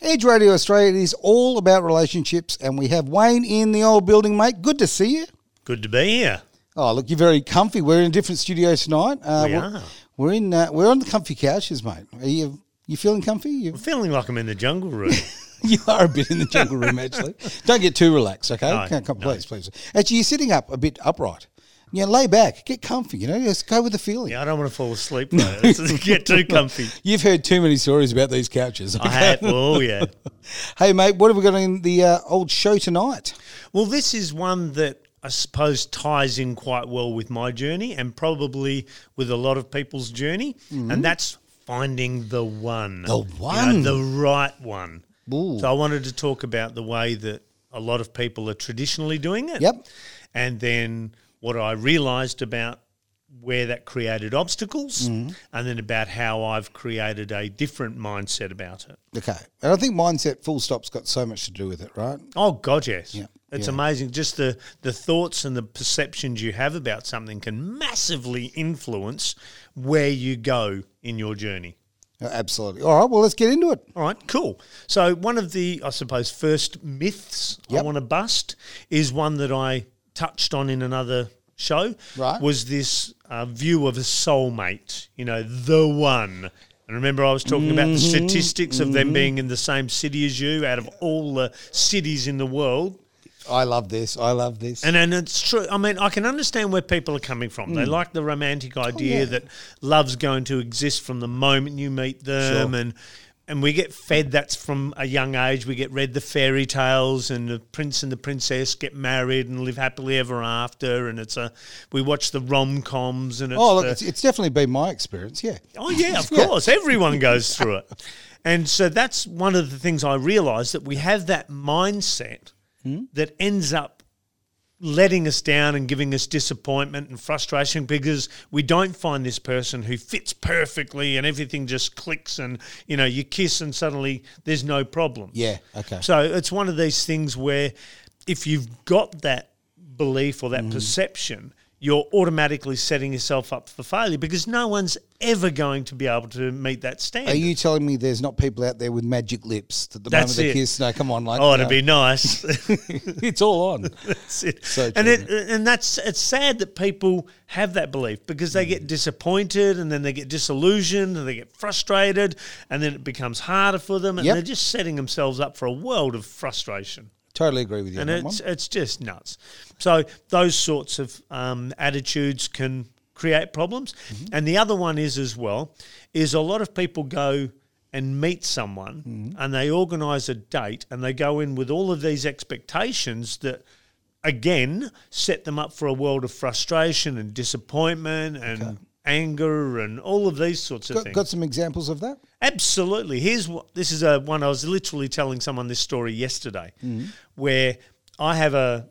Edge Radio Australia is all about relationships, and we have Wayne in the old building, mate. Good to see you. Good to be here. Oh, look, you're very comfy. We're in a different studio tonight. Uh, We we're- are. We're in. Uh, we're on the comfy couches, mate. Are you? You feeling comfy? You, I'm feeling like I'm in the jungle room. you are a bit in the jungle room, actually. Don't get too relaxed, okay? No, Can't come- no. Please, please. Actually, you're sitting up a bit upright. You know, lay back, get comfy. You know, just go with the feeling. yeah, I don't want to fall asleep though. It's- get too comfy. You've heard too many stories about these couches. I had, oh yeah. Hey, mate, what have we got in the uh, old show tonight? Well, this is one that I suppose ties in quite well with my journey and probably with a lot of people's journey, and that's finding the one, Mm-hmm. The You know, one. the right one. Ooh. So I wanted to talk about the way that a lot of people are traditionally doing it. Yep. And then what I realized about where that created obstacles Mm-hmm. and then about how I've created a different mindset about it. Okay. And I think mindset full stop's got so much to do with it, right? Oh God, yes. Yeah, It's yeah. amazing. Just the, the thoughts and the perceptions you have about something can massively influence where you go in your journey. Uh, Absolutely. All right, well, let's get into it. All right, cool. So one of the, I suppose, first myths Yep. I want to bust is one that I touched on in another show. Right. Was this uh, view of a soulmate? You know, the one. And remember, I was talking about the Mm-hmm. statistics of them being in the same city as you, out of all the cities in the world. I love this. I love this. And and it's true. I mean, I can understand where people are coming from. They like the romantic idea Mm. Oh, yeah. that love's going to exist from the moment you meet them, and and we get fed that's from a young age. We get read the fairy tales, and the prince and the princess get married and live happily ever after. And it's a we watch the rom coms, and it's uh, oh, look, the- it's, it's definitely been my experience, yeah. Oh yeah, of Yeah. course. Everyone goes through it. And so that's one of the things I realized that we have that mindset Hmm? that ends up letting us down and giving us disappointment and frustration because we don't find this person who fits perfectly and everything just clicks and you know you kiss and suddenly there's no problem. Yeah, okay. So it's one of these things where if you've got that belief or that Mm. perception, you're automatically setting yourself up for failure because no one's ever going to be able to meet that Are standard. you telling me there's not people out there with magic lips that the That's moment they it. kiss? No, come on, like, oh, you it'd be nice. know, it's all on. That's it. So and true, it, and that's it's sad that people have that belief because they Mm. get disappointed and then they get disillusioned and they get frustrated and then it becomes harder for them and Yep. they're just setting themselves up for a world of frustration. totally agree with you and on that one. it's it's just nuts. So those sorts of um, attitudes can create problems. Mm-hmm. And the other one is as well is a lot of people go and meet someone Mm-hmm. and they organise a date and they go in with all of these expectations that again set them up for a world of frustration and disappointment and. Anger and all of these sorts of Got, things. got some examples of that? Absolutely. Here's what this is a one I was literally telling someone this story yesterday, Mm-hmm. where I have a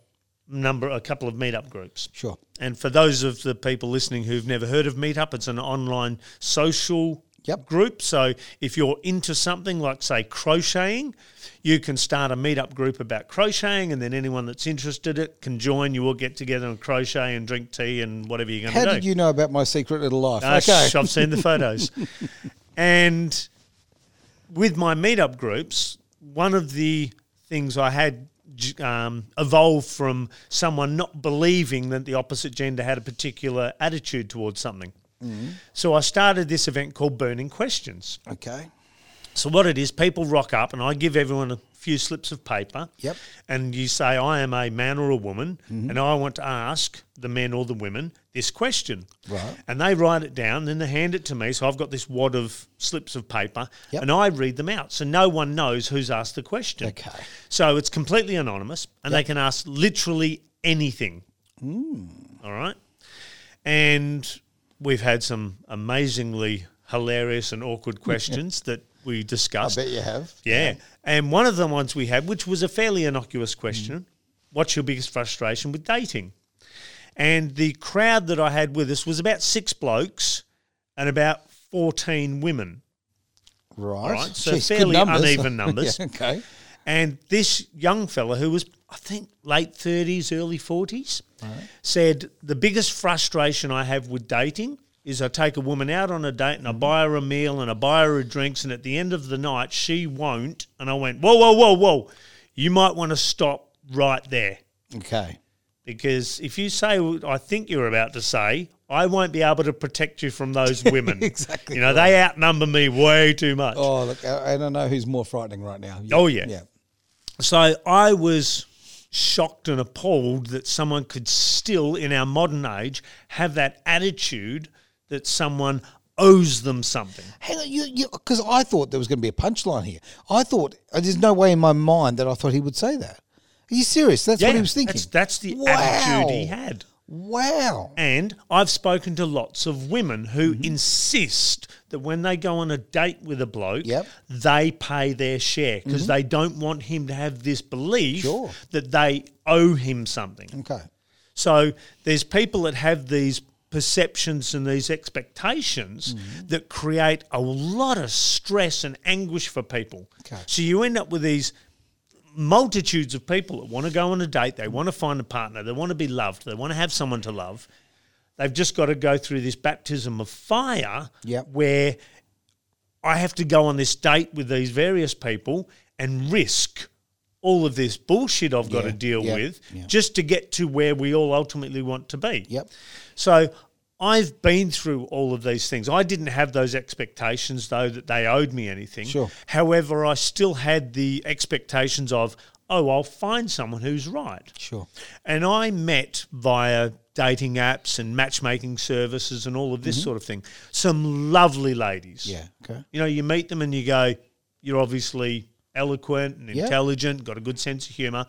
number, a couple of meetup groups. Sure. And for those of the people listening who've never heard of Meetup, it's an online social Yep. group. So if you're into something like, say, crocheting, you can start a Meetup group about crocheting, and then anyone that's interested in it can join. You all get together and crochet and drink tea and whatever you're going to How do. did you know about my secret little life? Uh, okay. shh, I've seen the photos. and with my meetup groups, one of the things I had j- um, evolved from someone not believing that the opposite gender had a particular attitude towards something. Mm. So I started this event called Burning Questions. Okay. So what it is, people rock up, and I give everyone a few slips of paper. Yep. Mm-hmm. And you say, I am a man or a woman, and I want to ask the men or the women this question. Right. And they write it down, then they hand it to me. So I've got this wad of slips of paper, Yep. and I read them out. So no one knows who's asked the question. Okay. So it's completely anonymous, and they can ask literally anything. Mm. All right. And we've had some amazingly hilarious and awkward questions that we I discussed. bet you have. Yeah. And one of the ones we had, which was a fairly innocuous question what's your biggest frustration with dating? And the crowd that I had with us was about six blokes and about 14 women. Right. right, so Jeez, good fairly numbers. uneven numbers. Yeah, okay. And this young fella, who was, I think, late 30s, early 40s, said, The biggest frustration I have with dating is I take a woman out on a date and I Mm-hmm. buy her a meal and I buy her a drinks and at the end of the night she won't and I went whoa whoa whoa whoa you might want to stop right there Okay. because if you say what I think you're about to say I won't be able to protect you from those women Exactly you know they outnumber me way too much Oh, look, I, I don't know who's more frightening right now. Oh, yeah. Yeah. So I was shocked and appalled that someone could still, in our modern age, have that attitude that someone owes them something. Hang on, you because I thought there was going to be a punchline here. I thought uh, there's no way in my mind that I thought he would say that. Are you serious? That's what he was thinking. That's, that's the Wow. attitude he had. Wow. And I've spoken to lots of women who Mm-hmm. insist that when they go on a date with a bloke, Yep. Mm-hmm. they pay their share because they don't want him to have this belief Sure. that they owe him something. Okay. So there's people that have these perceptions and these expectations Mm. that create a lot of stress and anguish for people. Okay. So you end up with these multitudes of people that want to go on a date, they want to find a partner, they want to be loved, they want to have someone to love. They've just got to go through this baptism of fire Yep. where I have to go on this date with these various people and risk all of this bullshit I've got Yeah, to deal yeah, with yeah. just to get to where we all ultimately want to be. Yep. So I've been through all of these things. I didn't have those expectations, though, that they owed me anything. Sure. However, I still had the expectations of, oh, I'll find someone who's right. Sure. And I met via dating apps and matchmaking services and all of this sort of thing some lovely ladies. Mm-hmm. Yeah. Okay. You know, you meet them and you go, you're obviously eloquent and Yeah. intelligent, got a good sense of humor.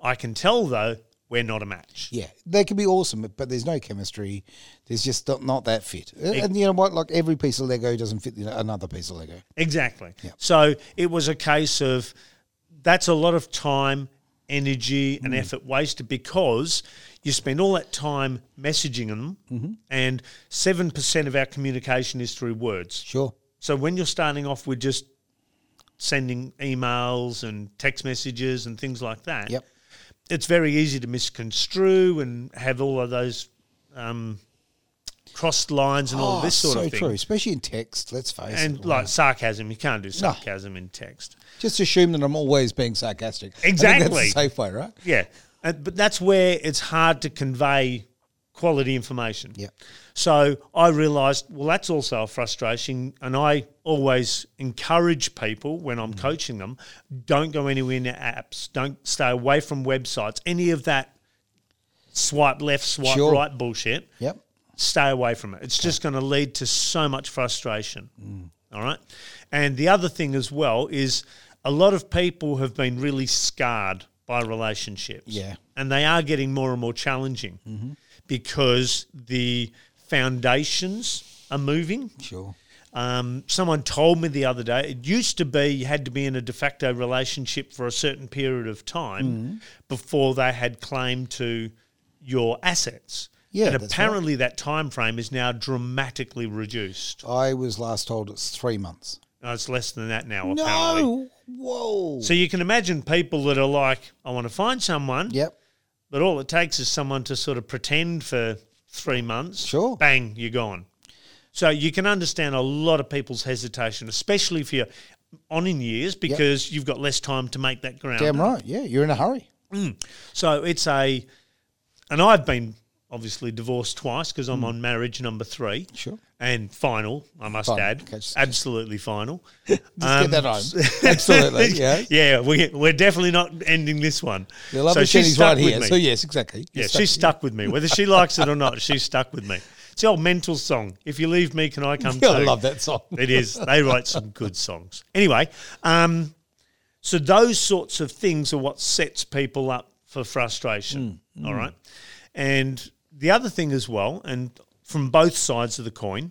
I can tell, though, we're not a match. Yeah, they can be awesome, but there's no chemistry. There's just not, not that fit. And you know what? Like every piece of Lego doesn't fit the- another piece of Lego. Exactly. So it was a case of that's a lot of time, energy, Mm. and effort wasted because you spend all that time messaging them, Mm-hmm. and 7% of our communication is through words. Sure. So when you're starting off with just sending emails and text messages and things like that, Yep. it's very easy to misconstrue and have all of those um, crossed lines and all Oh, this sort so of thing true, especially in text. Let's face it. and like sarcasm, you can't do sarcasm in text. Just assume that I'm always being sarcastic. I think Exactly. that's the safe way, right? Yeah, and, but that's where it's hard to convey quality information. Yep. So I realised, well, that's also a frustration, and I always encourage people when Mm. I'm coaching them, don't go anywhere near apps, don't stay away from websites, any of that swipe left, swipe Sure. right bullshit. Yep. stay away from it. It's just going to lead to so much frustration. All right. And the other thing as well is a lot of people have been really scarred by relationships. Yeah. And they are getting more and more challenging because the foundations are moving. Sure. Um, someone told me the other day it used to be you had to be in a de facto relationship for a certain period of time Mm. before they had claim to your assets. Yeah, and that's right. apparently that time frame is now dramatically reduced. I was last told it's three months. Uh, it's less than that now. Apparently. Whoa. So you can imagine people that are like, I want to find someone, Yep. but all it takes is someone to sort of pretend for three months. Sure. Bang, you're gone. So you can understand a lot of people's hesitation, especially if you're on in years because you've got less time to make that ground. Damn right. Yeah, you're in a hurry. So it's a, and I've been obviously divorced twice because I'm on marriage number three. Hmm. Sure. And final, I must Final. add. Okay, just- absolutely final. Just get that um, home. Absolutely. Yeah. yeah, we, we're definitely not ending this one. The love machine is right here. So yes, exactly. Yeah, You're she's stuck. stuck with me. Whether she likes it or not, she's stuck with me. It's the old mental song. If you leave me, can I come Yeah, too? I love that song. It is. They write some good songs. Anyway, um, so those sorts of things are what sets people up for frustration. All right. And the other thing as well, and from both sides of the coin,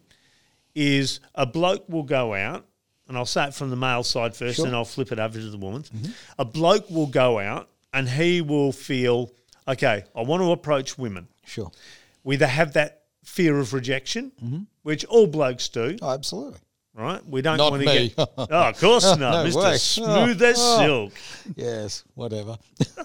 is a bloke will go out, and I'll say it from the male side first, Sure. and I'll flip it over to the woman's. A bloke will go out, and he will feel, okay, I want to approach women. Sure. We either have that fear of rejection, which all blokes do, Oh, absolutely. right? We don't Not want to me. get. Oh, of course not, No Mister way. Smooth as Oh. Silk. Yes, whatever.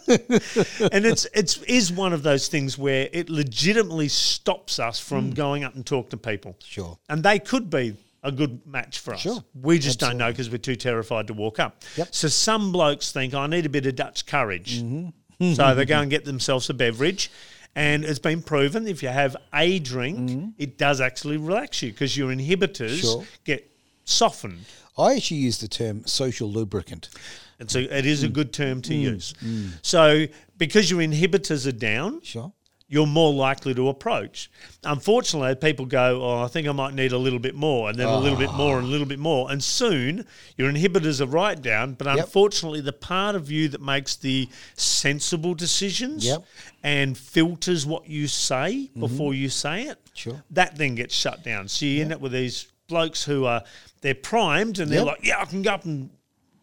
and it's it's is one of those things where it legitimately stops us from going up and talk to people. Hmm. Sure. And they could be a good match for us. Sure. We just don't know because we're too terrified to walk up. Yep. So some blokes think I need a bit of Dutch courage. Mm-hmm. so they go and get themselves a beverage. And it's been proven if you have a drink, it does actually relax you because your inhibitors Mm-hmm. Sure. get softened. I actually use the term social lubricant. And so it is a good term to use. So because your inhibitors are down, Sure. you're more likely to approach. Unfortunately, people go, Oh, I think I might need a little bit more, and then a little bit more, and a little bit more. And soon your inhibitors are right down. But unfortunately, the part of you that makes the sensible decisions Yep. Mm-hmm. and filters what you say before you say it, Sure. that then gets shut down. So you end up with these blokes who are, they're primed and they're Yep. like, Yeah, I can go up and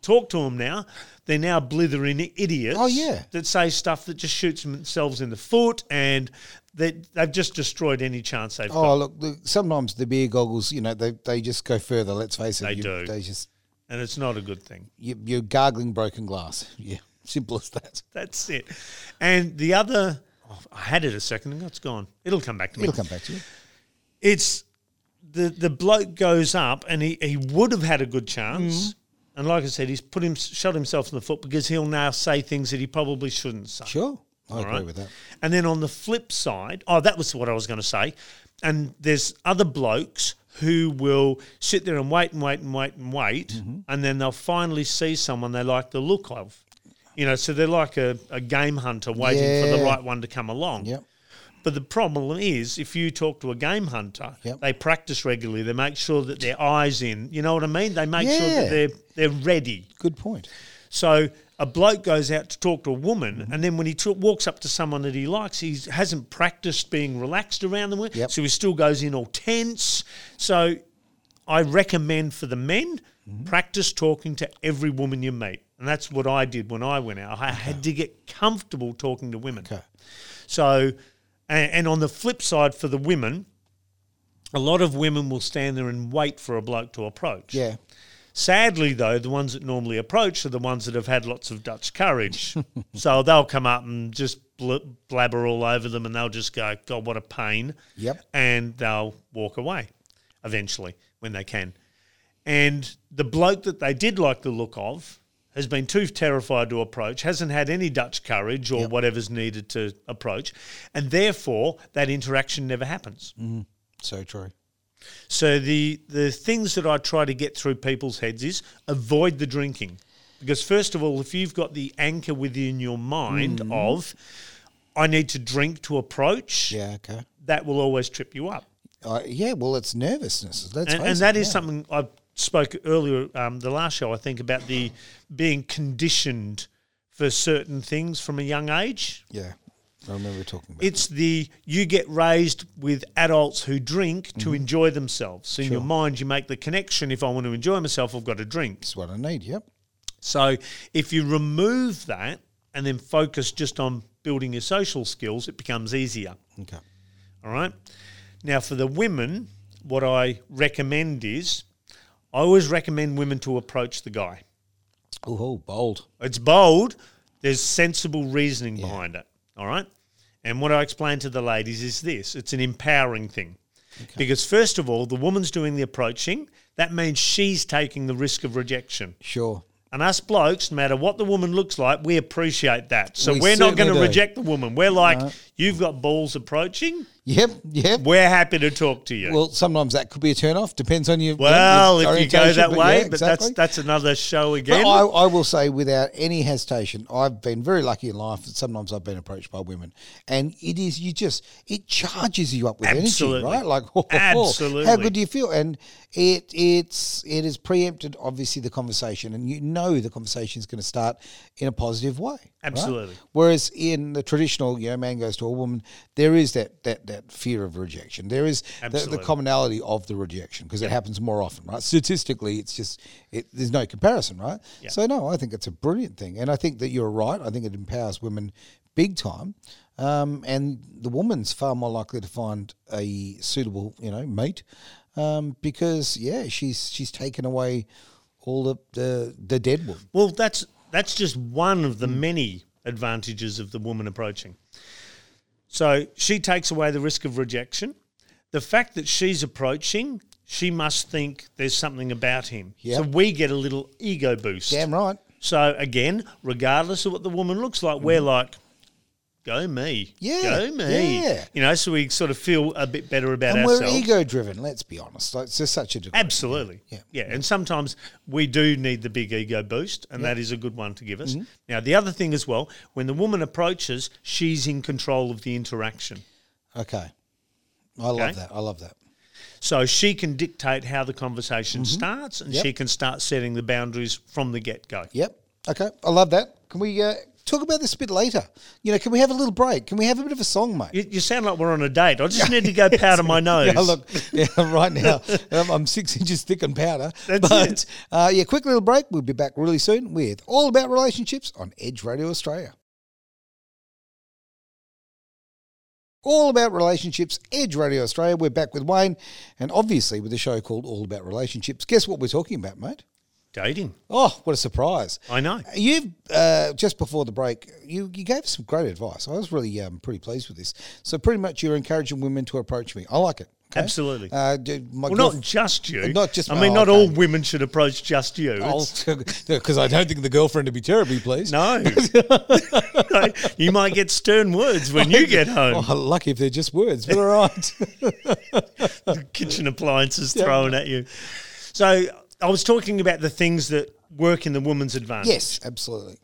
talk to them now. They're now blithering idiots Oh, yeah. that say stuff that just shoots themselves in the foot and they, they've just destroyed any chance they've got. Oh, look, look, sometimes the beer goggles, you know, they, they just go further, let's face it. They you, do. They just, And it's not a good thing. you, you're gargling broken glass. Yeah, simple as that. That's it. And the other, oh, I had it a second and it's gone. It'll come back to me. It'll come back to you. It's the, the bloke goes up and he, he would have had a good chance. Mm-hmm. And like I said, he's put him, shot himself in the foot because he'll now say things that he probably shouldn't say. Sure. I agree right? with that. And then on the flip side, oh, that was what I was going to say. And there's other blokes who will sit there and wait and wait and wait and wait, Mm-hmm. and then they'll finally see someone they like the look of. You know, so they're like a, a game hunter waiting for the Yeah. right one to come along. Yep. But the problem is, if you talk to a game hunter, Yep. they practice regularly. They make sure that their eyes in. You know what I mean? They make sure that Yeah. they're they're ready. Good point. So a bloke goes out to talk to a woman, and then when he talk, walks up to someone that he likes, he hasn't practiced being relaxed around them, Yep. so he still goes in all tense. So I recommend for the men Mm-hmm. practice talking to every woman you meet, and that's what I did when I went out. I had to get comfortable talking to women. Okay. So, and, and on the flip side, for the women. A lot of women will stand there and wait for a bloke to approach. Yeah. Sadly, though, the ones that normally approach are the ones that have had lots of Dutch courage. so they'll come up and just bl- blabber all over them and they'll just go, God, what a pain. Yep. And they'll walk away eventually when they can. And the bloke that they did like the look of has been too terrified to approach, hasn't had any Dutch courage or whatever's needed to approach. And therefore, that interaction never happens. So true. So the the things that I try to get through people's heads is avoid the drinking. Because first of all, if you've got the anchor within your mind Mm-hmm. of I need to drink to approach, Yeah, okay. that will always trip you up. Uh, yeah, well, it's nervousness. Let's And, face and that it, is yeah. something I spoke earlier, um, the last show, I think, about the being conditioned for certain things from a young age. Yeah, I remember talking about. It's the you get raised with adults who drink to Mm-hmm. enjoy themselves. So in your mind, you make the connection if I want to enjoy myself, I've got to drink. That's what I need. Yep. So if you remove that and then focus just on building your social skills, it becomes easier. Okay. All right. Now, for the women, what I recommend is I always recommend women to approach the guy. Oh, bold. It's bold. There's sensible reasoning behind it. All right. And what I explain to the ladies is this it's an empowering thing. Because, first of all, the woman's doing the approaching. That means she's taking the risk of rejection. Sure. And us blokes, no matter what the woman looks like, we appreciate that. So We we are certainly not going do. to reject the woman. We're like, you've got balls approaching. Yep. Yep. We're happy to talk to you. Well, Well, sometimes that could be a turn off. Depends on your your if you go orientation, that but way, yeah, but exactly. that's that's another show again. But I, I will say, without any hesitation, I've been very lucky in life. That sometimes I've been approached by women, and it is you just it charges you up with Absolutely. energy, right? Like, oh, how Absolutely. good do you feel? And it it's it is preempted, obviously, the conversation, and you know the conversation is going to start in a positive way. right? Absolutely. Whereas in the traditional, you know, man goes to a woman, there is that that that fear of rejection. There is the, the Absolutely. commonality of the rejection because it happens more often, right? Statistically, it's just it, there's no comparison, right? So no, I think it's a brilliant thing, and I think that you're right. I think it empowers women big time, um, and the woman's far more likely to find a suitable, you know, mate um, because yeah, she's she's taken away all the the, the dead wood. Well, that's that's just one of the many advantages of the woman approaching. So she takes away the risk of rejection. The fact that she's approaching, she must think there's something about him. Yep. So we get a little ego boost. Damn right. So again, regardless of what the woman looks like, we're like, go Mm-hmm. me, Yeah, go me. yeah. You know, so we sort of feel a bit better about And we're ourselves. ego driven. Let's be honest. Like, it's just such a degree. Absolutely. Yeah. Yeah. And sometimes we do need the big ego boost, and that is a good one to give Mm-hmm. us. Now, the other thing as well, when the woman approaches, she's in control of the interaction. okay, I love Okay. that. I love that. So she can dictate how the conversation starts, and Mm-hmm. Yep. she can start setting the boundaries from the get go. Yep. Okay. I love that. Can we uh, talk about this a bit later? You know, can we have a little break? Can we have a bit of a song, mate? You, you sound like we're on a date. I just need to go powder my nose. Yeah, look, yeah, right now um, I'm six inches thick on powder. That's but it. Uh, yeah, quick little break. We'll be back really soon with all about relationships on Edge Radio Australia. All about relationships, Edge Radio Australia. We're back with Wayne, and obviously with a show called All About Relationships. Guess what we're talking about, mate? Dating. Oh, what a surprise! I know. You've uh, just before the break, you, you gave some great advice. I was really um, pretty pleased with this. So pretty much, you're encouraging women to approach me. I like it. okay? Absolutely. Uh, do, my Well, not just you. Not just- I mean, oh, not okay. all women should approach just you. It's- because I don't think the girlfriend would be terribly pleased. No. No, you might get stern words when you get home. Oh, lucky if they're just words, but all right. Kitchen appliances thrown at you. So I was talking about the things that work in the woman's advantage. yes, absolutely.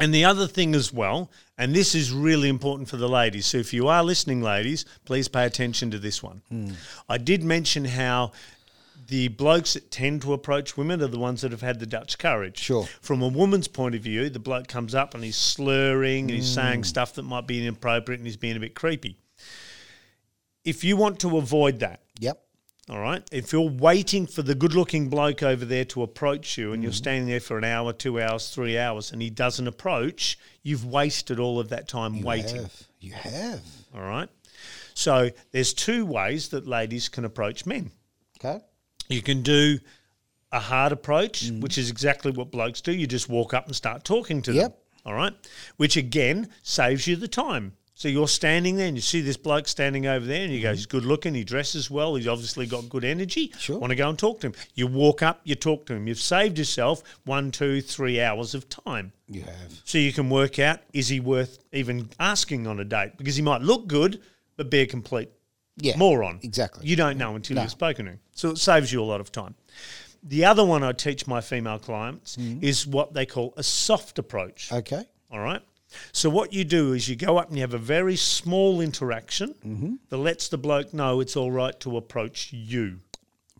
And the other thing as well, and this is really important for the ladies. So if you are listening, ladies, please pay attention to this one. I did mention how the blokes that tend to approach women are the ones that have had the Dutch courage. Sure. From a woman's point of view, the bloke comes up and he's slurring and he's saying stuff that might be inappropriate and he's being a bit creepy. If you want to avoid that, Yep. all right. If you're waiting for the good looking bloke over there to approach you and you're standing there for an hour, two hours, three hours, and he doesn't approach, you've wasted all of that time waiting. Have. You have. All right. So there's two ways that ladies can approach men. Okay. You can do a hard approach, which is exactly what blokes do. You just walk up and start talking to them. Yep. All right. Which again saves you the time. So you're standing there and you see this bloke standing over there and you go, he's good looking, he dresses well, he's obviously got good energy. Sure. Want to go and talk to him. You walk up, you talk to him. You've saved yourself one, two, three hours of time. You have. So you can work out is he worth even asking on a date? Because he might look good, but be a complete Yeah. moron. Exactly. You don't know until you've spoken to him. So it saves you a lot of time. The other one I teach my female clients Mm-hmm. is what they call a soft approach. Okay. All right. So what you do is you go up and you have a very small interaction Mm-hmm. that lets the bloke know it's all right to approach you.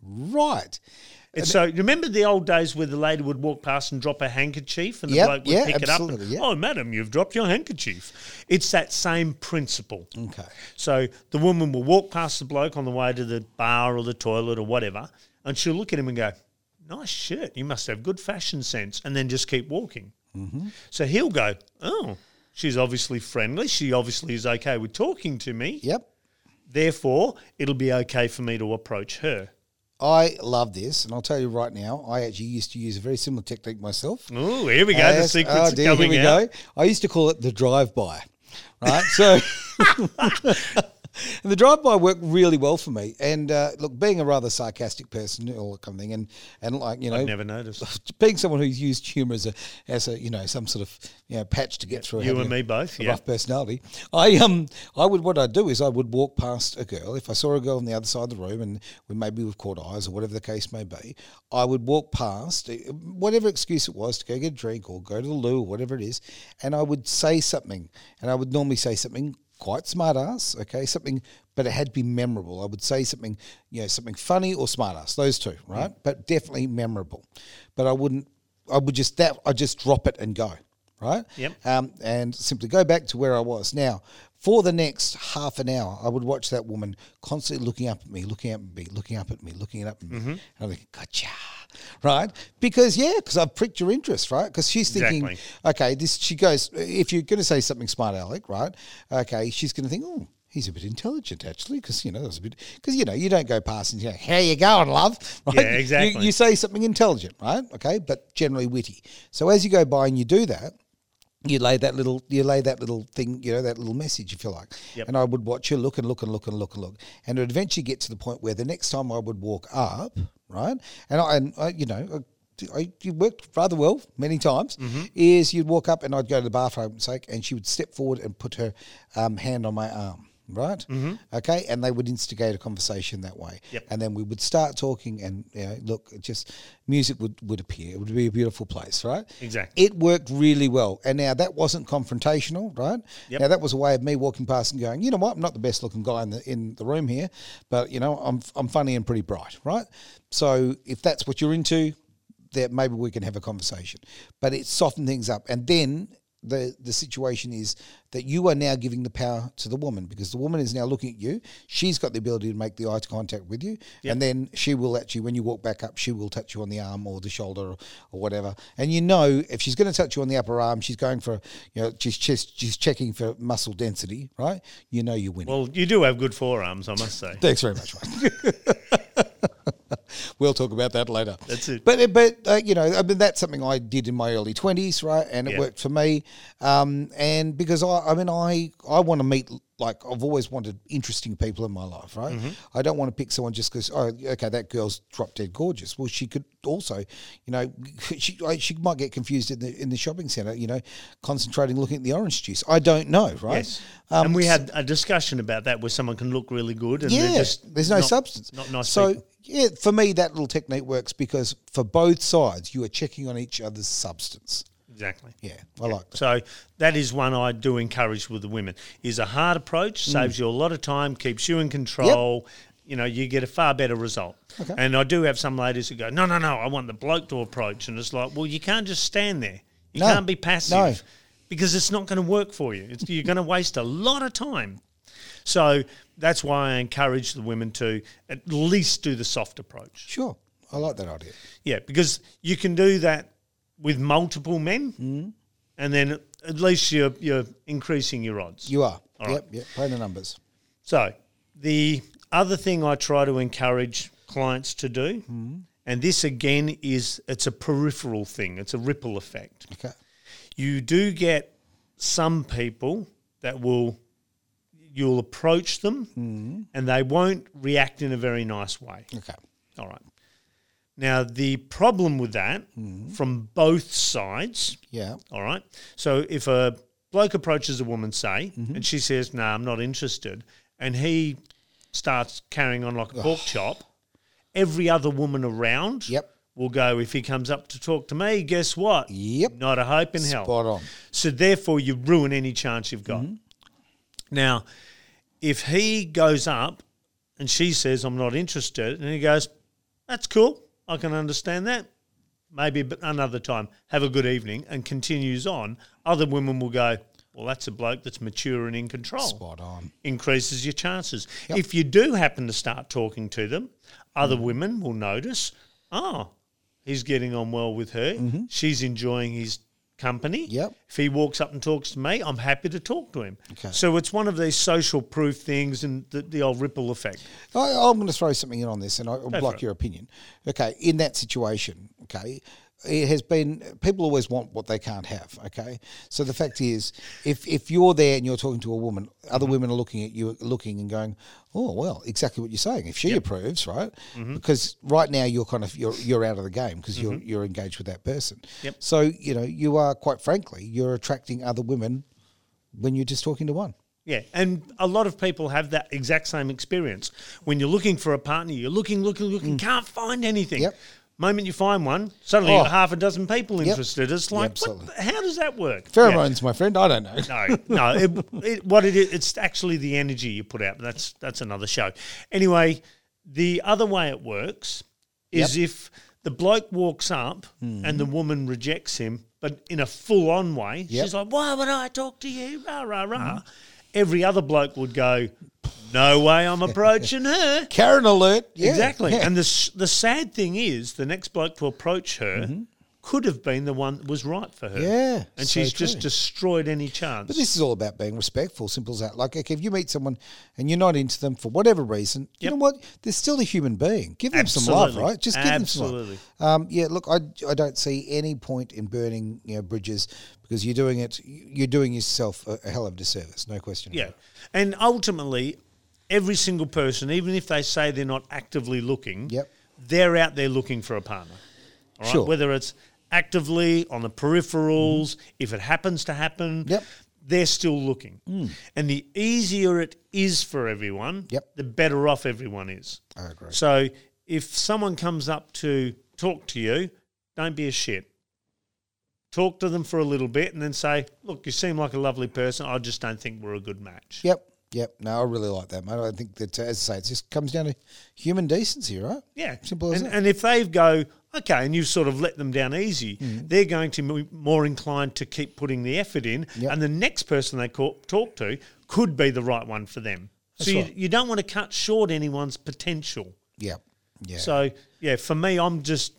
Right. And so remember the old days where the lady would walk past and drop a handkerchief and the Yep, bloke would yeah, pick it up and, absolutely, yeah. oh madam, you've dropped your handkerchief. It's that same principle. Okay. So the woman will walk past the bloke on the way to the bar or the toilet or whatever, and she'll look at him and go, "Nice shirt. You must have good fashion sense," and then just keep walking. Mm-hmm. So he'll go, "Oh, she's obviously friendly. She obviously is okay with talking to me. Yep. Therefore, it'll be okay for me to approach her." I love this, and I'll tell you right now, I actually used to use a very similar technique myself. Oh, here we go. the Yes. secrets Oh, are dear, coming here we out. go. I used to call it the drive by, right? so. And the drive-by worked really well for me, and uh, look, being a rather sarcastic person, and all that kind of thing, and and like you know, Never noticed. being someone who's used humour as a as a you know some sort of you know patch to get through. You having and a- me both, a yeah. rough personality. I um I would what I'd do is I would walk past a girl if I saw a girl on the other side of the room and we maybe we've caught eyes or whatever the case may be. I would walk past eh, whatever excuse it was to go get a drink or go to the loo or whatever it is, and I would say something, and I would normally say something quite smart ass, okay, something, but it had to be memorable. I would say something, you know, something funny or smart ass, those two, right? But definitely memorable. But I wouldn't, I would just that, I just drop it and go, right? Yep. Um, and simply go back to where I was. Now, for the next half an hour, I would watch that woman constantly looking up at me, looking up at me, looking up at me, looking up at me, Mm-hmm. and I'm thinking, gotcha. Right, because yeah, because I've pricked your interest, right? Because she's thinking, Exactly. okay, this she goes. If you're going to say something smart, Alec, right? Okay, she's going to think, oh, he's a bit intelligent actually, because you know that's a bit because you know you don't go past and you know how you going, love. Right? Yeah, You- exactly. You, say something intelligent, right? Okay, but generally witty. So as you go by and you do that. You lay that little, you lay that little thing, you know, that little message, if you like. Yep. And I would watch you look and look and look and look and look, and it would eventually get to the point where the next time I would walk up, right, and I, and I you know, I, I it worked rather well many times. Mm-hmm. Is you'd walk up and I'd go to the bathroom, sake, and she would step forward and put her um, hand on my arm, right? Mm-hmm. Okay, and they would instigate a conversation that way, Yep. and then we would start talking, and you know, look, it just music would would appear. It would be a beautiful place, right? Exactly. It worked really well, and now that wasn't confrontational, right? Yep. Now that was a way of me walking past and going, you know what, I'm not the best looking guy in the in the room here, but you know, I'm I'm funny and pretty bright, right? So if that's what you're into, that maybe we can have a conversation. But it softened things up, and then. The, the situation is that you are now giving the power to the woman because the woman is now looking at you. She's got the ability to make the eye contact with you, and then she will actually, when you walk back up, she will touch you on the arm or the shoulder or, or whatever. And you know, if she's going to touch you on the upper arm, she's going for, you know, she's she's she's checking for muscle density, right? You know, you're winning. Well, you do have good forearms, I must say. Thanks very much, mate. we'll talk about that later. That's it. But but uh, you know, I mean, that's something I did in my early twenties, right? And it Yeah. worked for me. Um, and because I, I mean, I I want to meet like I've always wanted interesting people in my life, right? Mm-hmm. I don't want to pick someone just because oh, okay, that girl's drop dead gorgeous. Well, she could also, you know, she I- she might get confused in the in the shopping centre, you know, concentrating looking at the orange juice. I don't know, right? Um, Yes. and we had a discussion about that where someone can look really good and yeah, they're just there's no not- substance. Not nice So people. yeah, for me that little technique works because for both sides you are checking on each other's substance. Exactly. Yeah, I like that. So that is one I do encourage with the women. Is a hard approach Mm. saves you a lot of time, keeps you in control. You know, you get a far better result. Okay. And I do have some ladies who go, no, no, no, I want the bloke to approach, and it's like, well, you can't just stand there. You No. can't be passive No. because it's not going to work for you. It's, you're going to waste a lot of time. So that's why I encourage the women to at least do the soft approach. Sure, I like that idea. Yeah, because you can do that with multiple men, and then at least you're you're increasing your odds. You are. All yep, yep. Play the numbers. so the other thing I try to encourage clients to do, and this again is it's a peripheral thing. It's a ripple effect. Okay. You do get some people that will you'll approach them, and they won't react in a very nice way. Okay. All right. Now, the problem with that Mm-hmm. from both sides, Yeah. all right. So if a bloke approaches a woman, say, Mm-hmm. and she says, No, I'm not interested, and he starts carrying on like a pork chop, every other woman around Yep. will go, If he comes up to talk to me, guess what? Yep. Not a hope in hell. Spot on. So therefore, you ruin any chance you've got. Now, if he goes up and she says, "I'm not interested," and he goes, "That's cool. I can understand that. Maybe but another time. Have a good evening," and continues on. Other women will go, "Well, that's a bloke that's mature and in control." Spot on. Increases your chances. If you do happen to start talking to them, other Mm. women will notice, oh, he's getting on well with her. She's enjoying his company. Mm-hmm. Yep. If he walks up and talks to me, I'm happy to talk to him. Okay. So it's one of these social proof things and the, the old ripple effect. I, I'm going to throw something in on this, and I, I'll it. block your opinion. Okay, in that situation, okay, it has been people always want what they can't have. Okay, so the fact is, if if you're there and you're talking to a woman, other Mm-hmm. women are looking at you, looking and going, "Oh well, exactly what you're saying." If she approves, right? Mm-hmm. Because right now you're kind of you're you're out of the game because you're you're engaged with that person. Yep. So you know you are quite frankly you're attracting other women when you're just talking to one. Yeah, and a lot of people have that exact same experience. When you're looking for a partner, you're looking, looking, looking, can't find anything. Mm. Yep. Moment you find one, suddenly you've got Oh. half a dozen people interested. It's like, what absolutely. the- how does that work? Yeah. Pheromones, my friend. I don't know. No, no. It, it, what it is, it's actually the energy you put out. but That's that's another show. Anyway, the other way it works is if the bloke walks up and the woman rejects him, but in a full on way, Mm-hmm. Yep. Uh-huh. she's like, "Why would I talk to you?" Rah rah rah. Every other bloke would go, "No way, I'm approaching her." Karen alert. Yeah. Exactly. Yeah. And the s- the sad thing is, the next bloke to approach her could have been the one that was right for her. Mm-hmm. Yeah, And so she's just true. destroyed any chance. But this is all about being respectful, simple as that. Like, okay, if you meet someone and you're not into them for whatever reason, you Yep. know what? They're still a human being. Give them some Absolutely. love, right? Just give them Absolutely. some love. Um, yeah, look, I, I don't see any point in burning you know, bridges because you're doing it, you're doing yourself a, a hell of a disservice, no question. about Yeah. it. And ultimately, every single person, even if they say they're not actively looking, Yep. they're out there looking for a partner. All right? Sure. Whether it's actively, on the peripherals, if it happens to happen, Mm-hmm. Yep. Mm. they're still looking. And the easier it is for everyone, Yep. the better off everyone is. I agree. So if someone comes up to talk to you, don't be a shit. Talk to them for a little bit and then say, look, you seem like a lovely person. I just don't think we're a good match. Yep. Yep. No, I really like that, mate. I think that, uh, as I say, it just comes down to human decency, right? Yeah. Simple as and, that. and if they go, okay, and you've sort of let them down easy, Mm. they're going to be more inclined to keep putting the effort in. Yep. And the next person they call, talk to could be the right one for them. so you, right. you don't want to cut short anyone's potential. Yep. Yeah. So yeah, for me, I'm just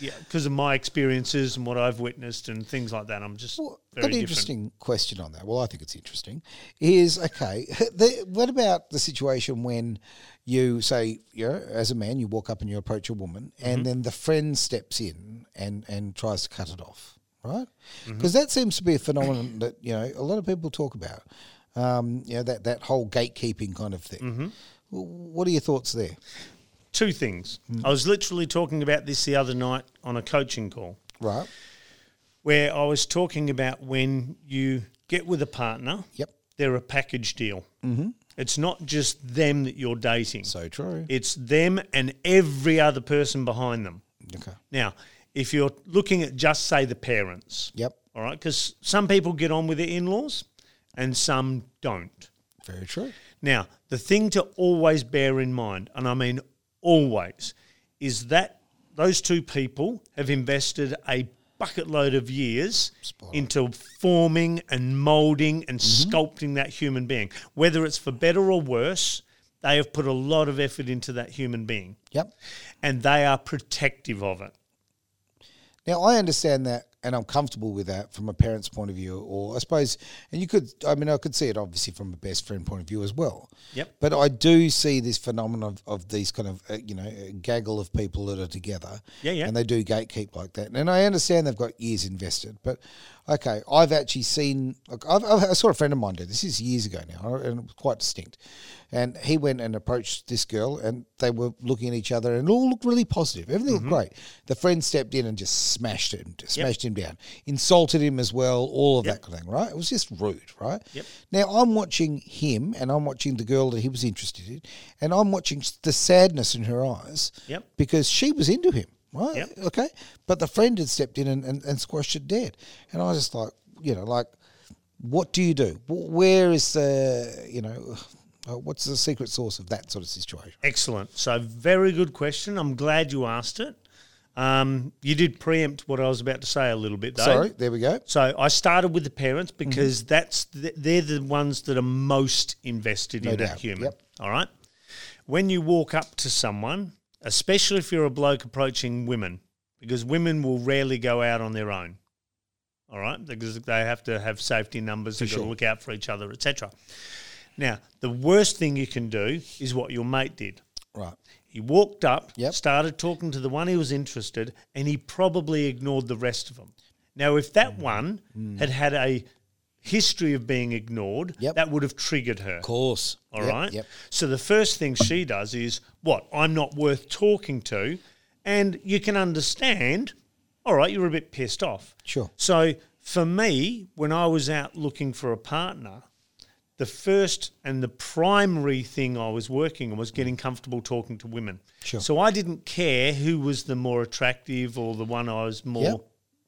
yeah because of my experiences and what I've witnessed and things like that. I'm just Well, very got an different. interesting question on that. Well, I think it's interesting. Is okay. The, what about the situation when you say, you know, as a man, you walk up and you approach a woman, Mm-hmm. and then the friend steps in and and tries to cut it off, right? Mm-hmm. Because that seems to be a phenomenon that you know a lot of people talk about. Um, you know that that whole gatekeeping kind of thing. Mm-hmm. Well, What are your thoughts there? Two things. Mm. I was literally talking about this the other night on a coaching call Right. where I was talking about when you get with a partner, Yep. they're a package deal. Mm-hmm. It's not just them that you're dating. So true. it's them and every other person behind them. Okay. Now, if you're looking at just say the parents, Yep. all right, because some people get on with their in-laws and some don't. Very true. Now, the thing to always bear in mind, and I mean always, is that those two people have invested a bucket load of years Spot on. Mm-hmm. into forming and molding and sculpting that human being. Whether it's for better or worse, they have put a lot of effort into that human being Yep. and they are protective of it. Now I understand that, and I'm comfortable with that from a parent's point of view, or I suppose, and you could, I mean, I could see it obviously from a best friend point of view as well. Yep. But I do see this phenomenon of, of these kind of, uh, you know, a gaggle of people that are together. Yeah, yeah. And they do gatekeep like that, and I understand they've got years invested, but okay, I've actually seen, like, I've, I've, I saw a friend of mine do this. This is years ago now, and it was quite distinct. And he went and approached this girl, and they were looking at each other, and it all looked really positive. Everything Mm-hmm. looked great. The friend stepped in and just smashed him, smashed him down, insulted him as well, all of Yep. that kind of thing, right? It was just rude, right? Yep. Now I'm watching him, and I'm watching the girl that he was interested in, and I'm watching the sadness in her eyes Yep. because she was into him, right? Yep. Okay. But the friend had stepped in and, and, and squashed it dead. And I was just like, you know, like, what do you do? Wh- Where is the, you know, uh, what's the secret source of that sort of situation? Excellent. So, very good question. I'm glad you asked it. Um, you did preempt what I was about to say a little bit, though. Sorry, Mm-hmm. there we go. So I started with the parents because that's th- they're the ones that are most invested in that doubt. human. Yep. All right. When you walk up to someone, especially if you're a bloke approaching women, because women will rarely go out on their own. All right, because they have to have safety numbers, they've got sure. to look out for each other, etc. Now, the worst thing you can do is what your mate did. Right. He walked up, Yep. started talking to the one he was interested, and he probably ignored the rest of them. Now, if Mm. that one had had a history of being ignored, Yep. that would have triggered her. Of course. All right. yep, Yep. So the first thing she does is, what? I'm not worth talking to. And you can understand, all right, you're a bit pissed off. Sure. So for me, when I was out looking for a partner, the first and the primary thing I was working on was getting comfortable talking to women. Sure. So I didn't care who was the more attractive or the one I was more Yep.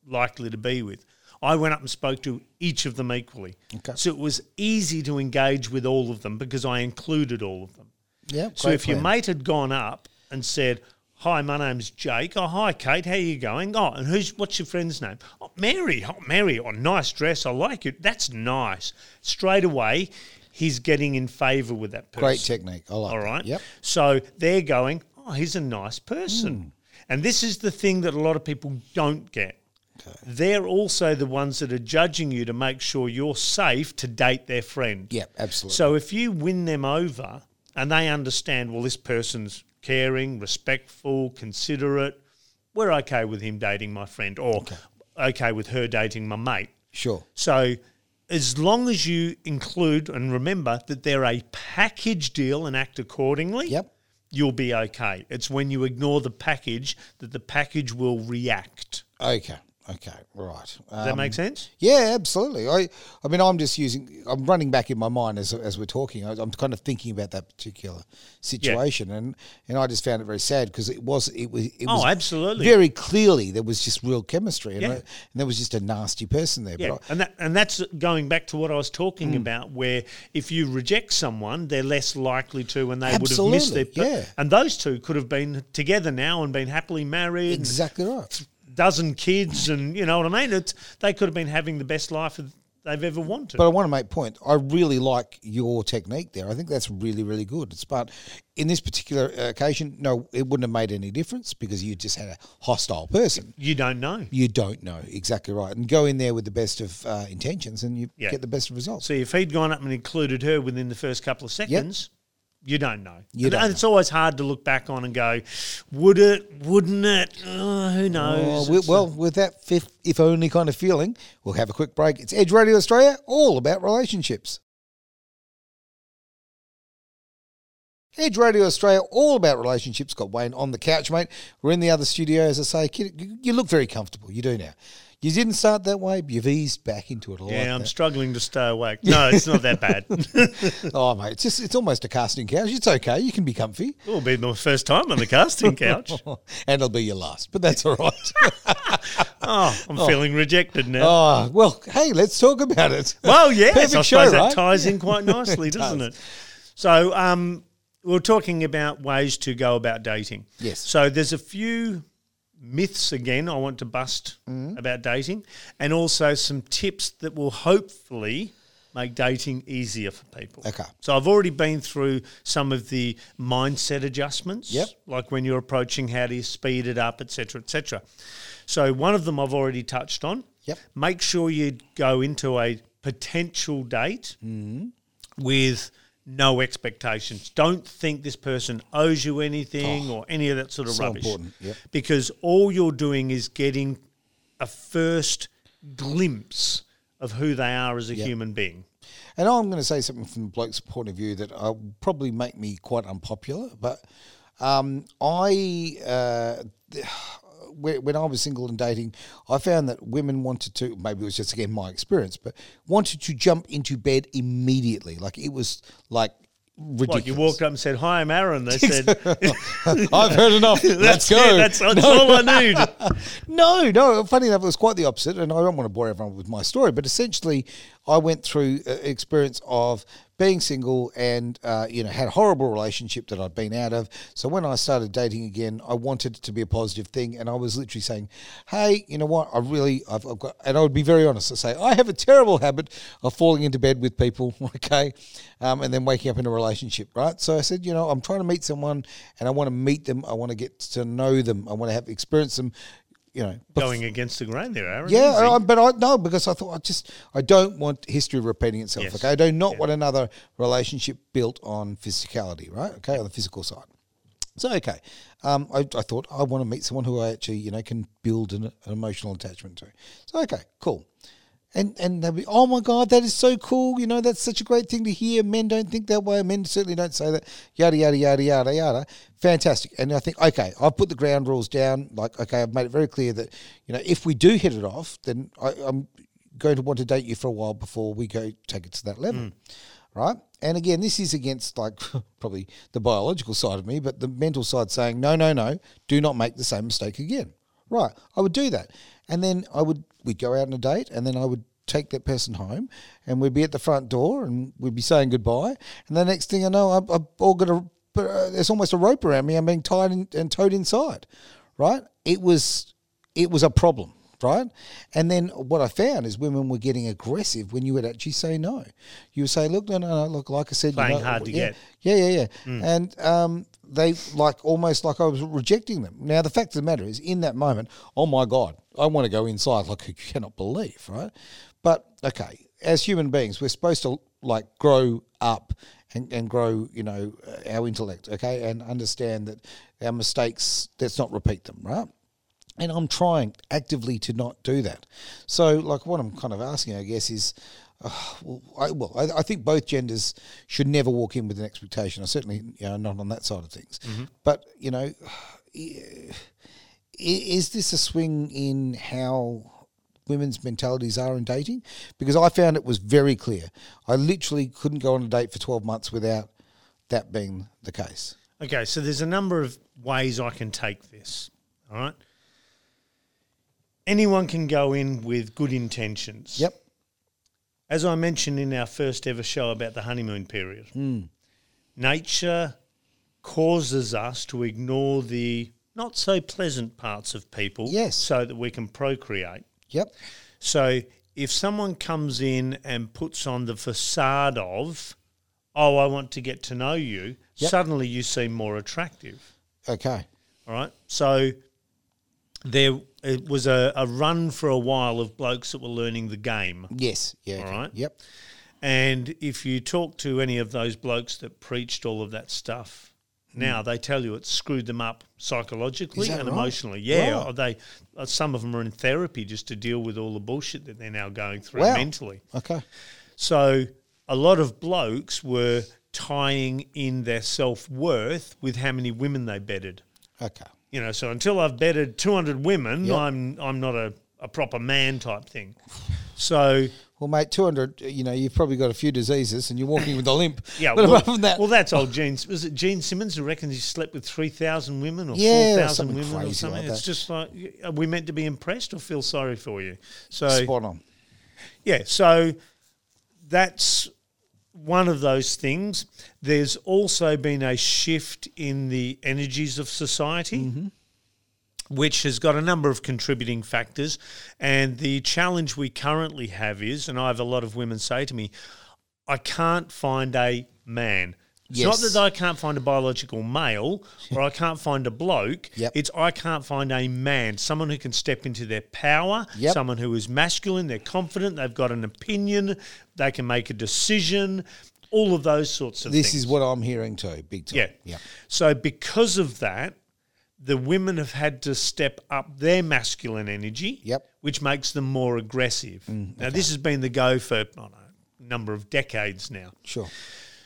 likely to be with. I went up and spoke to each of them equally. Okay. So it was easy to engage with all of them because I included all of them. Yep. So great if your plan. mate had gone up and said, "Hi, my name's Jake. Oh, hi, Kate. How you going? Oh, and who's what's your friend's name? Oh, Mary. Oh, Mary. Oh, nice dress. I like it. That's nice." Straight away, he's getting in favour with that person. Great technique. I like All that. right. Yep. So they're Hmm. going, "Oh, he's a nice person," and this is the thing that a lot of people don't get. They're also the ones that are judging you to make sure you're safe to date their friend. Yeah, absolutely. So if you win them over and they understand, well, this person's caring, respectful, considerate, we're okay with him dating my friend or okay, with her dating my mate. sure. So as long as you include and remember that they're a package deal and act accordingly, Yep. you'll be okay. It's when you ignore the package that the package will react. Okay. Okay. Right. Um, Does that make sense? Yeah, absolutely. I, I mean, I'm just using. I'm running back in my mind as as we're talking. I, I'm kind of thinking about that particular situation, and and I just found it very sad because it was it was it was Oh, absolutely. very clearly there was just real chemistry, and, Yeah. I- and there was just a nasty person there. Yeah, But I, and that and that's going back to what I was Hmm. talking about, where if you reject someone, they're less likely to, and they would have missed Absolutely, their. yeah. And those two could have been together now and been happily married, and exactly right. dozen kids, and you know what I mean. It's, they could have been having the best life that they've ever wanted. But I want to make a point. I really like your technique there. I think that's really, really good. It's, but in this particular uh, occasion, no, it wouldn't have made any difference because you just had a hostile person. you don't know. you don't know exactly right and go in there with the best of uh, intentions and you Yeah. get the best of results See, if he'd gone up and included her within the first couple of seconds, you don't know. You and, don't and it's always hard to look back on and go, would it? Wouldn't it? Oh, who Oh, knows? we- It's- well, with that fifth, if only kind of feeling, we'll have a quick break. It's Edge Radio Australia, all about relationships. Edge Radio Australia, all about relationships. Got Wayne on the couch, mate. We're in the other studio, as I say. Kid, you- you look very comfortable. You do now. You didn't start that way, but you've eased back into it a lot. yeah, I'm struggling to stay awake. No, it's not that bad. oh, mate, it's just it's almost a casting couch. It's okay. You can be comfy. It'll be my first time on the casting couch. and it'll be your last, but that's all right. Oh, I'm feeling rejected now. oh, well, hey, let's talk about it. well, yes, I Perfect suppose show, that right? ties in quite nicely, doesn't it? So, um, we we're talking about ways to go about dating. Yes. So, there's a few myths again I want to bust Mm. about dating, and also some tips that will hopefully make dating easier for people. Okay. So I've already been through some of the mindset adjustments. Yep. Like when you're approaching, how do you speed it up, et cetera, et cetera. So one of them I've already touched on. Yep. Make sure you go into a potential date Mm-hmm. with no expectations. Don't think this person owes you anything or any of that sort of rubbish. Oh, important, yep. Because all you're doing is getting a first glimpse of who they are as a human being. And I'm going to say something from the bloke's point of view that uh, will probably make me quite unpopular, but um, I, uh, th- when when I was single and dating, I found that women wanted to, maybe it was just again my experience, but wanted to jump into bed immediately. Like it was like Like you ridiculous. walked up and said, "Hi, I'm Aaron." They said, I've heard enough. Let's "That's go. it. That's, that's all I need." No, no. Funny enough, it was quite the opposite, and I don't want to bore everyone with my story, but essentially, I went through an experience of being single and uh, you know had a horrible relationship that I'd been out of. So when I started dating again, I wanted it to be a positive thing, and I was literally saying, "Hey, you know what? I really, I've, I've got," and I would be very honest. I say, "I have a terrible habit of falling into bed with people, okay, um, and then waking up in a relationship, right?" So I said, "You know, I'm trying to meet someone, and I want to meet them. I want to get to know them. I want to have experience them." You know, Going against the grain there, Aaron. yeah, Easy. I, I- but I no because I thought I just I don't want history repeating itself. Yes. Okay, I do not want another relationship built on physicality. Right? Okay, on the physical side. So okay, um, I, I thought I want to meet someone who I actually you know can build an, an emotional attachment to. So okay, cool. And and they'll be oh my god that is so cool you know that's such a great thing to hear men don't think that way men certainly don't say that yada yada yada yada yada fantastic and I think okay I've put the ground rules down like okay I've made it very clear that you know if we do hit it off then I, I'm going to want to date you for a while before we go take it to that level, right? And again, this is against like probably the biological side of me, but the mental side saying no, no, no, do not make the same mistake again, right? I would do that, and then I would we'd go out on a date, and then I would take that person home, and we'd be at the front door, and we'd be saying goodbye, and the next thing I know, I'm, I'm all gonna uh, there's almost a rope around me. I'm being tied in, and towed inside, right? It was it was a problem, right? And then what I found is women were getting aggressive when you would actually say no. You would say, "Look, no, no, no. Look, like I said, Playing you know, hard to yeah, get. Yeah, yeah, yeah. And um, they like almost like I was rejecting them. Now the fact of the matter is, in that moment, oh my god, I want to go inside. Like I cannot believe, right? But okay, as human beings, we're supposed to like grow up and, and grow, you know, uh, our intellect, okay, and understand that our mistakes. Let's not repeat them, right? And I'm trying actively to not do that. So, like, what I'm kind of asking, I guess, is uh, well, I, well I, I think both genders should never walk in with an expectation. I certainly, you know, not on that side of things. Mm-hmm. But, you know, i- is this a swing in how women's mentalities are in dating? Because I found it was very clear. I literally couldn't go on a date for 12 months without that being the case. Okay, so there's a number of ways I can take this. All right. Anyone can go in with good intentions. Yep. As I mentioned in our first ever show about the honeymoon period, Hmm. nature causes us to ignore the not so pleasant parts of people Yes. so that we can procreate. Yep. So if someone comes in and puts on the facade of, oh, I want to get to know you, Yep. suddenly you seem more attractive. Okay. All right. So there it was a, a run for a while of blokes that were learning the game. Yes. Yeah. All okay. right. Yep. And if you talk to any of those blokes that preached all of that stuff, now they tell you it screwed them up psychologically Hmm. Is that and right? emotionally. Yeah, Wow. or they uh, some of them are in therapy just to deal with all the bullshit that they're now going through Wow. mentally. Okay. So a lot of blokes were tying in their self worth with how many women they bedded. Okay. You know, so until I've bedded 200 women, Yep. I'm I'm not a, a proper man type thing. So Well, mate, 200, you know, you've probably got a few diseases and you're walking with a limp. yeah, But well, apart from that, well, that's old Gene. Was it Gene Simmons who reckons he slept with three thousand women or Yeah, four thousand something women crazy or something? like it's that. just like, are we meant to be impressed or feel sorry for you? So spot on. yeah, so that's one of those things. There's also been a shift in the energies of society, which has got a number of contributing factors. And the challenge we currently have is, and I have a lot of women say to me, I can't find a man. It's Yes. not that I can't find a biological male or I can't find a bloke. Yep. It's I can't find a man, someone who can step into their power, Yep. someone who is masculine, they're confident, they've got an opinion, they can make a decision, all of those sorts of This things. is what I'm hearing too, big time. yeah. Yeah. So because of that, the women have had to step up their masculine energy, Yep. Mm, which makes them more aggressive. Now this has been the go for I don't know, a number of decades now. Sure.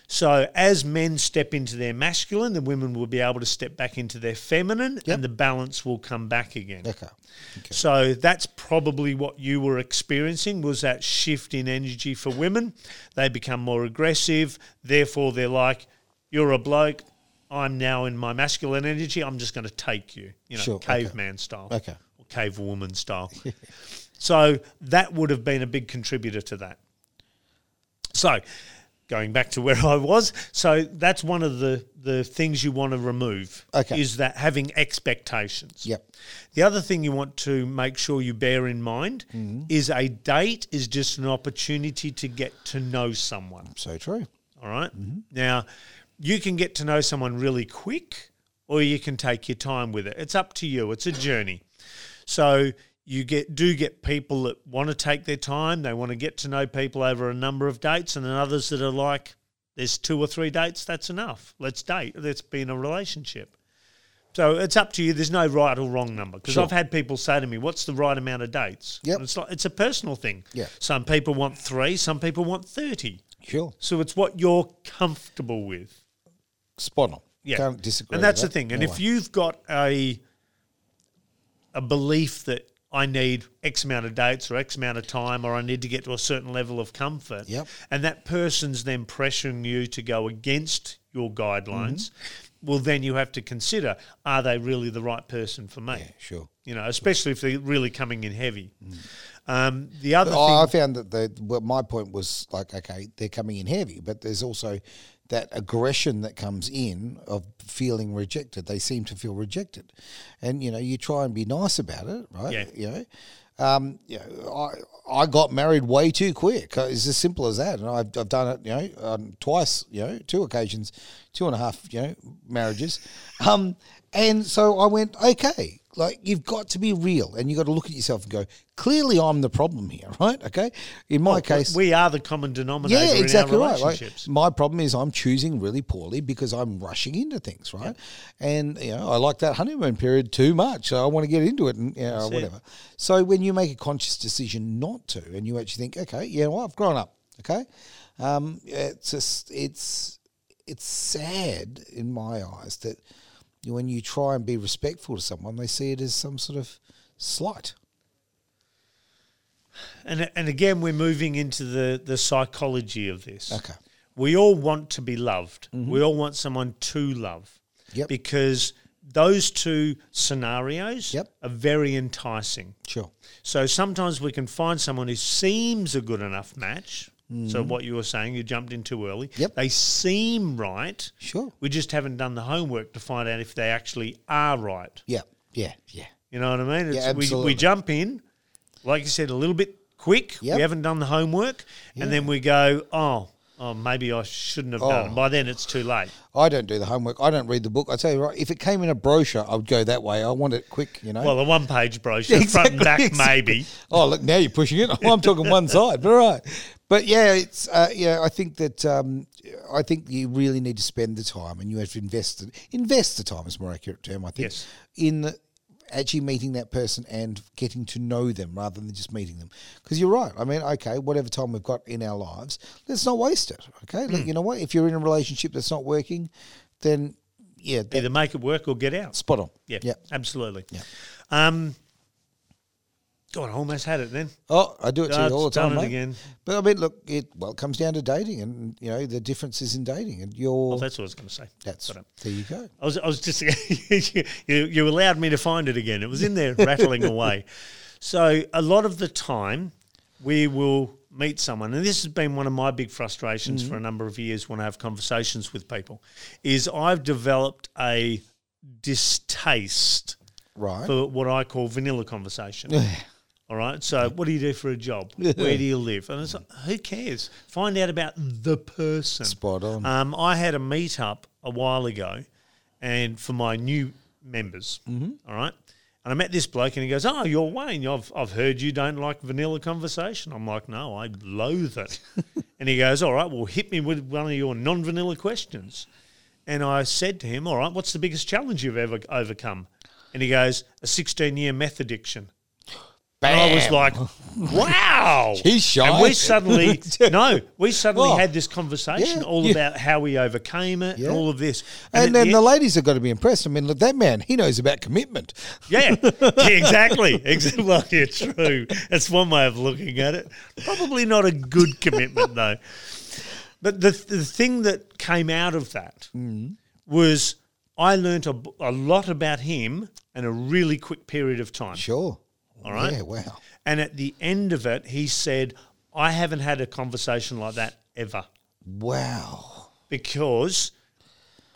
So as men step into their masculine, the women will be able to step back into their feminine and the balance will come back again. Okay. Okay. So that's probably what you were experiencing was that shift in energy for women. They become more aggressive, therefore they're like, You're a bloke, I'm now in my masculine energy, I'm just gonna take you, you know, Sure, okay. caveman style. Okay. Or cavewoman style. so that would have been a big contributor to that. So, going back to where I was, so that's one of the the things you want to remove Okay. is that having expectations. Yep. The other thing you want to make sure you bear in mind is a date is just an opportunity to get to know someone. So true. All right? Mm-hmm. Now, you can get to know someone really quick or you can take your time with it. It's up to you. It's a journey. So you get do get people that want to take their time, they want to get to know people over a number of dates and then others that are like there's two or three dates, that's enough. Let's date. Let's be in a relationship. So it's up to you. There's no right or wrong number because Sure. I've had people say to me, "What's the right amount of dates?" Yep. And It's like it's a personal thing. Yeah. Some people want 3, some people want 30. Sure. So it's what you're comfortable with. Spot on. Yeah. Can't disagree. And with that's the that. thing. And No if way. you've got a a belief that I need X amount of dates or X amount of time or I need to get to a certain level of comfort. Yep. And that person's then pressuring you to go against your guidelines, Mm-hmm. well then you have to consider are they really the right person for me? Sure. You know, especially if they're really coming in heavy. Um, the other thing Mm. Oh, I I found that the well, my point was like, okay, they're coming in heavy, but there's also that aggression that comes in of feeling rejected. They seem to feel rejected, and you know, you try and be nice about it, right? Yeah. You know, um, you know, I, I got married way too quick. Uh, It's as simple as that. And I've, I've done it, you know, um, twice, you know, two occasions, two and a half, you know, marriages. Um, and so I went, okay, like you've got to be real and you've got to look at yourself and go, clearly I'm the problem here, right? Okay. In my case, We are the common denominator yeah, in exactly our right. like, relationships. my problem is I'm choosing really poorly because I'm rushing into things, right? And you know, I like that honeymoon period too much. So I want to get into it and you know, it. whatever. So when you make a conscious decision not to, and you actually think, okay, you know what, I've grown up. Okay, um, it's just it's it's sad in my eyes that when you try and be respectful to someone, they see it as some sort of slight. And, and again, we're moving into the, the psychology of this. Okay. Mm-hmm. We all want to be loved. We all want someone to love. Yep. Because those two scenarios Yep. are very enticing. Sure. So sometimes we can find someone who seems a good enough match. So what you were saying, you jumped in too early. Mm-hmm. Yep. They seem right. Sure. We just haven't done the homework to find out if they actually are right. Yeah. Yeah. Yeah. You know what I mean? It's, we, absolutely. we jump in, like you said, a little bit quick. Yep. We haven't done the homework, and then we go, oh, oh, maybe I shouldn't have done Oh. it. By then, it's too late. I don't do the homework. I don't read the book. I tell you right, if it came in a brochure, I would go that way. I want it quick, you know. Well, a one-page brochure, front and back, maybe. Oh, look, now you're pushing it. I'm talking one side, but all right. But yeah, it's uh, yeah. I think that um, I think you really need to spend the time, and you have to invest it. Invest the time is a more accurate term, I think. Yes. In actually meeting that person and getting to know them rather than just meeting them, because you're right. I mean, okay, whatever time we've got in our lives, let's not waste it. Okay, Hmm. Look, you know what? If you're in a relationship that's not working, then yeah, that- Either make it work or get out. Spot on. Yeah, Yeah. absolutely. Yeah. Um, God, I almost had it then. Oh, I do it to you God's all the time, done it mate. again. But I mean, look, it well it comes down to dating, and you know the differences in dating, and your Well, that's what I was going to say. that's Got it. there you go. I was, I was just you, you allowed me to find it again. It was in there rattling away. So a lot of the time, we will meet someone, and this has been one of my big frustrations for a number of years when I have conversations with people, is I've developed a distaste Right. for what I call vanilla conversation. All right. So, what do you do for a job? Where do you live? And it's like, who cares? Find out about the person. Spot on. Um, I had a meetup a while ago, and for my new members. all right. And I met this bloke, and he goes, "Oh, you're Wayne. I've I've heard you don't like vanilla conversation." I'm like, "No, I loathe it." and he goes, "All right, well, hit me with one of your non-vanilla questions." And I said to him, "All right, what's the biggest challenge you've ever overcome?" And he goes, "A 16-year meth addiction." And I was Bam. like, wow. He's shy. And we suddenly, no, we suddenly Well, had this conversation yeah, all yeah. about how we overcame it Yeah. and all of this. and, at then the ladies have got to be impressed. I mean, look, that man, he knows about commitment. end- yeah, yeah, exactly. Exactly. Well, yeah, true. That's one way of looking at it. Probably not a good commitment, though. But the, the thing that came out of that Mm. was I learnt a, a lot about him in a really quick period of time. Sure. All right. Yeah. Wow. And at the end of it, he said, I haven't had a conversation like that ever Wow. because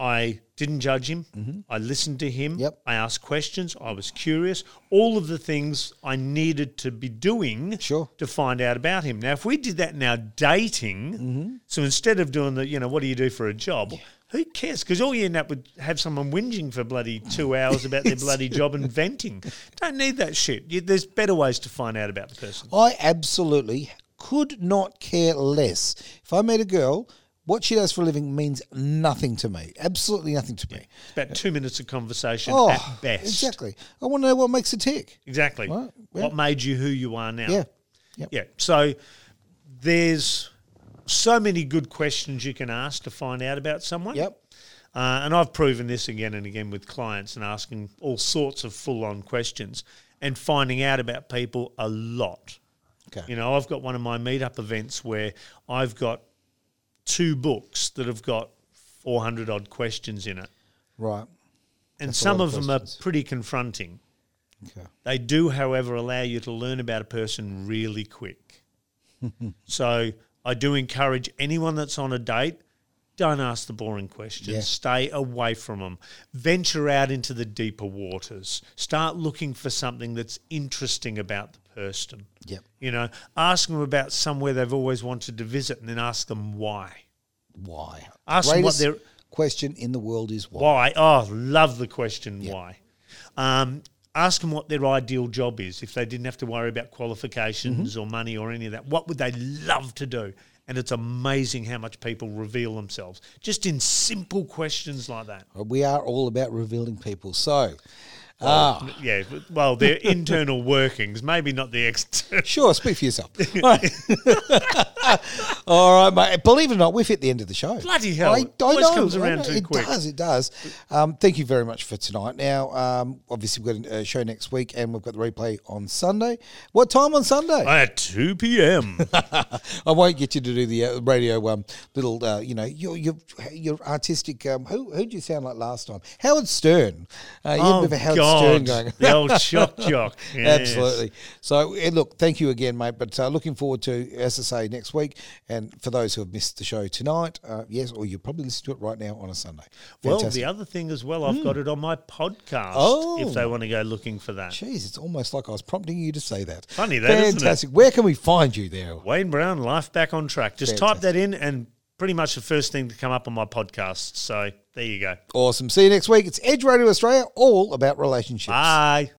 I didn't judge him. I listened to him. Mm-hmm. Yep. I asked questions. I was curious. All of the things I needed to be doing Sure. to find out about him. Now, if we did that now dating, Mm-hmm. so instead of doing the, you know, what do you do for a job? Who cares? Because all you end up with have someone whinging for bloody two hours about their bloody job and venting. Don't need that shit. You, there's better ways to find out about the person. I absolutely could not care less. If I met a girl, what she does for a living means nothing to me. Absolutely nothing to me. About two minutes of conversation Oh, at best. exactly. I want to know what makes her tick. Exactly. Right, yeah. What made you who you are now? Yeah. Yeah. So there's so many good questions you can ask to find out about someone. Yep. Uh, and I've proven this again and again with clients and asking all sorts of full on questions and finding out about people a lot. Okay. You know, I've got one of my meetup events where I've got two books that have got 400 odd questions in it. Right. And That's a some lot of of them are questions. pretty confronting. Okay. They do, however, allow you to learn about a person really quick. so I do encourage anyone that's on a date Don't ask the boring questions. Yeah. Stay away from them. Venture out into the deeper waters. Start looking for something that's interesting about the person. Yep. You know, ask them about somewhere they've always wanted to visit and then ask them why. Why? Ask them what Greatest they're- question in the world is why. Why? Oh, love the question why. Um, ask them what their ideal job is. If they didn't have to worry about qualifications or money or any of that, what would they love to do? And it's amazing how much people reveal themselves just in simple questions like that. We are all about revealing people. So, ah, Yeah, well, their internal workings, maybe not the external. sure, speak for yourself. Right. all right, mate. Believe it or not, we've hit the end of the show. Bloody hell. I, I Always know. comes I around know. too it quick. does, it does. Um, thank you very much for tonight. Now, um, obviously, we've got a show next week and we've got the replay on Sunday. What time on Sunday? At 2 p.m. I won't get you to do the uh, radio um, little, uh, you know, your your your artistic. Um, who who did you sound like last time? Howard Stern. Uh, you oh, remember Howard Stern God. going? the old shock jock. Yes. Absolutely. So, eh, look, thank you again, mate. But uh, looking forward to, as I say, next week. And for those who have missed the show tonight, uh, yes, or you probably listen to it right now on a Sunday. Well, the other thing as well, I've got it on my podcast Oh. if they want to go looking for that. Jeez, it's almost like I was prompting you to say that. Funny that, isn't it? Fantastic. Where can we find you there? Wayne Brown, Life Back on Track. Just type that in and pretty much the first thing to come up on my podcast. So there you go. Awesome. See you next week. It's Edge Radio Australia, all about relationships. Bye.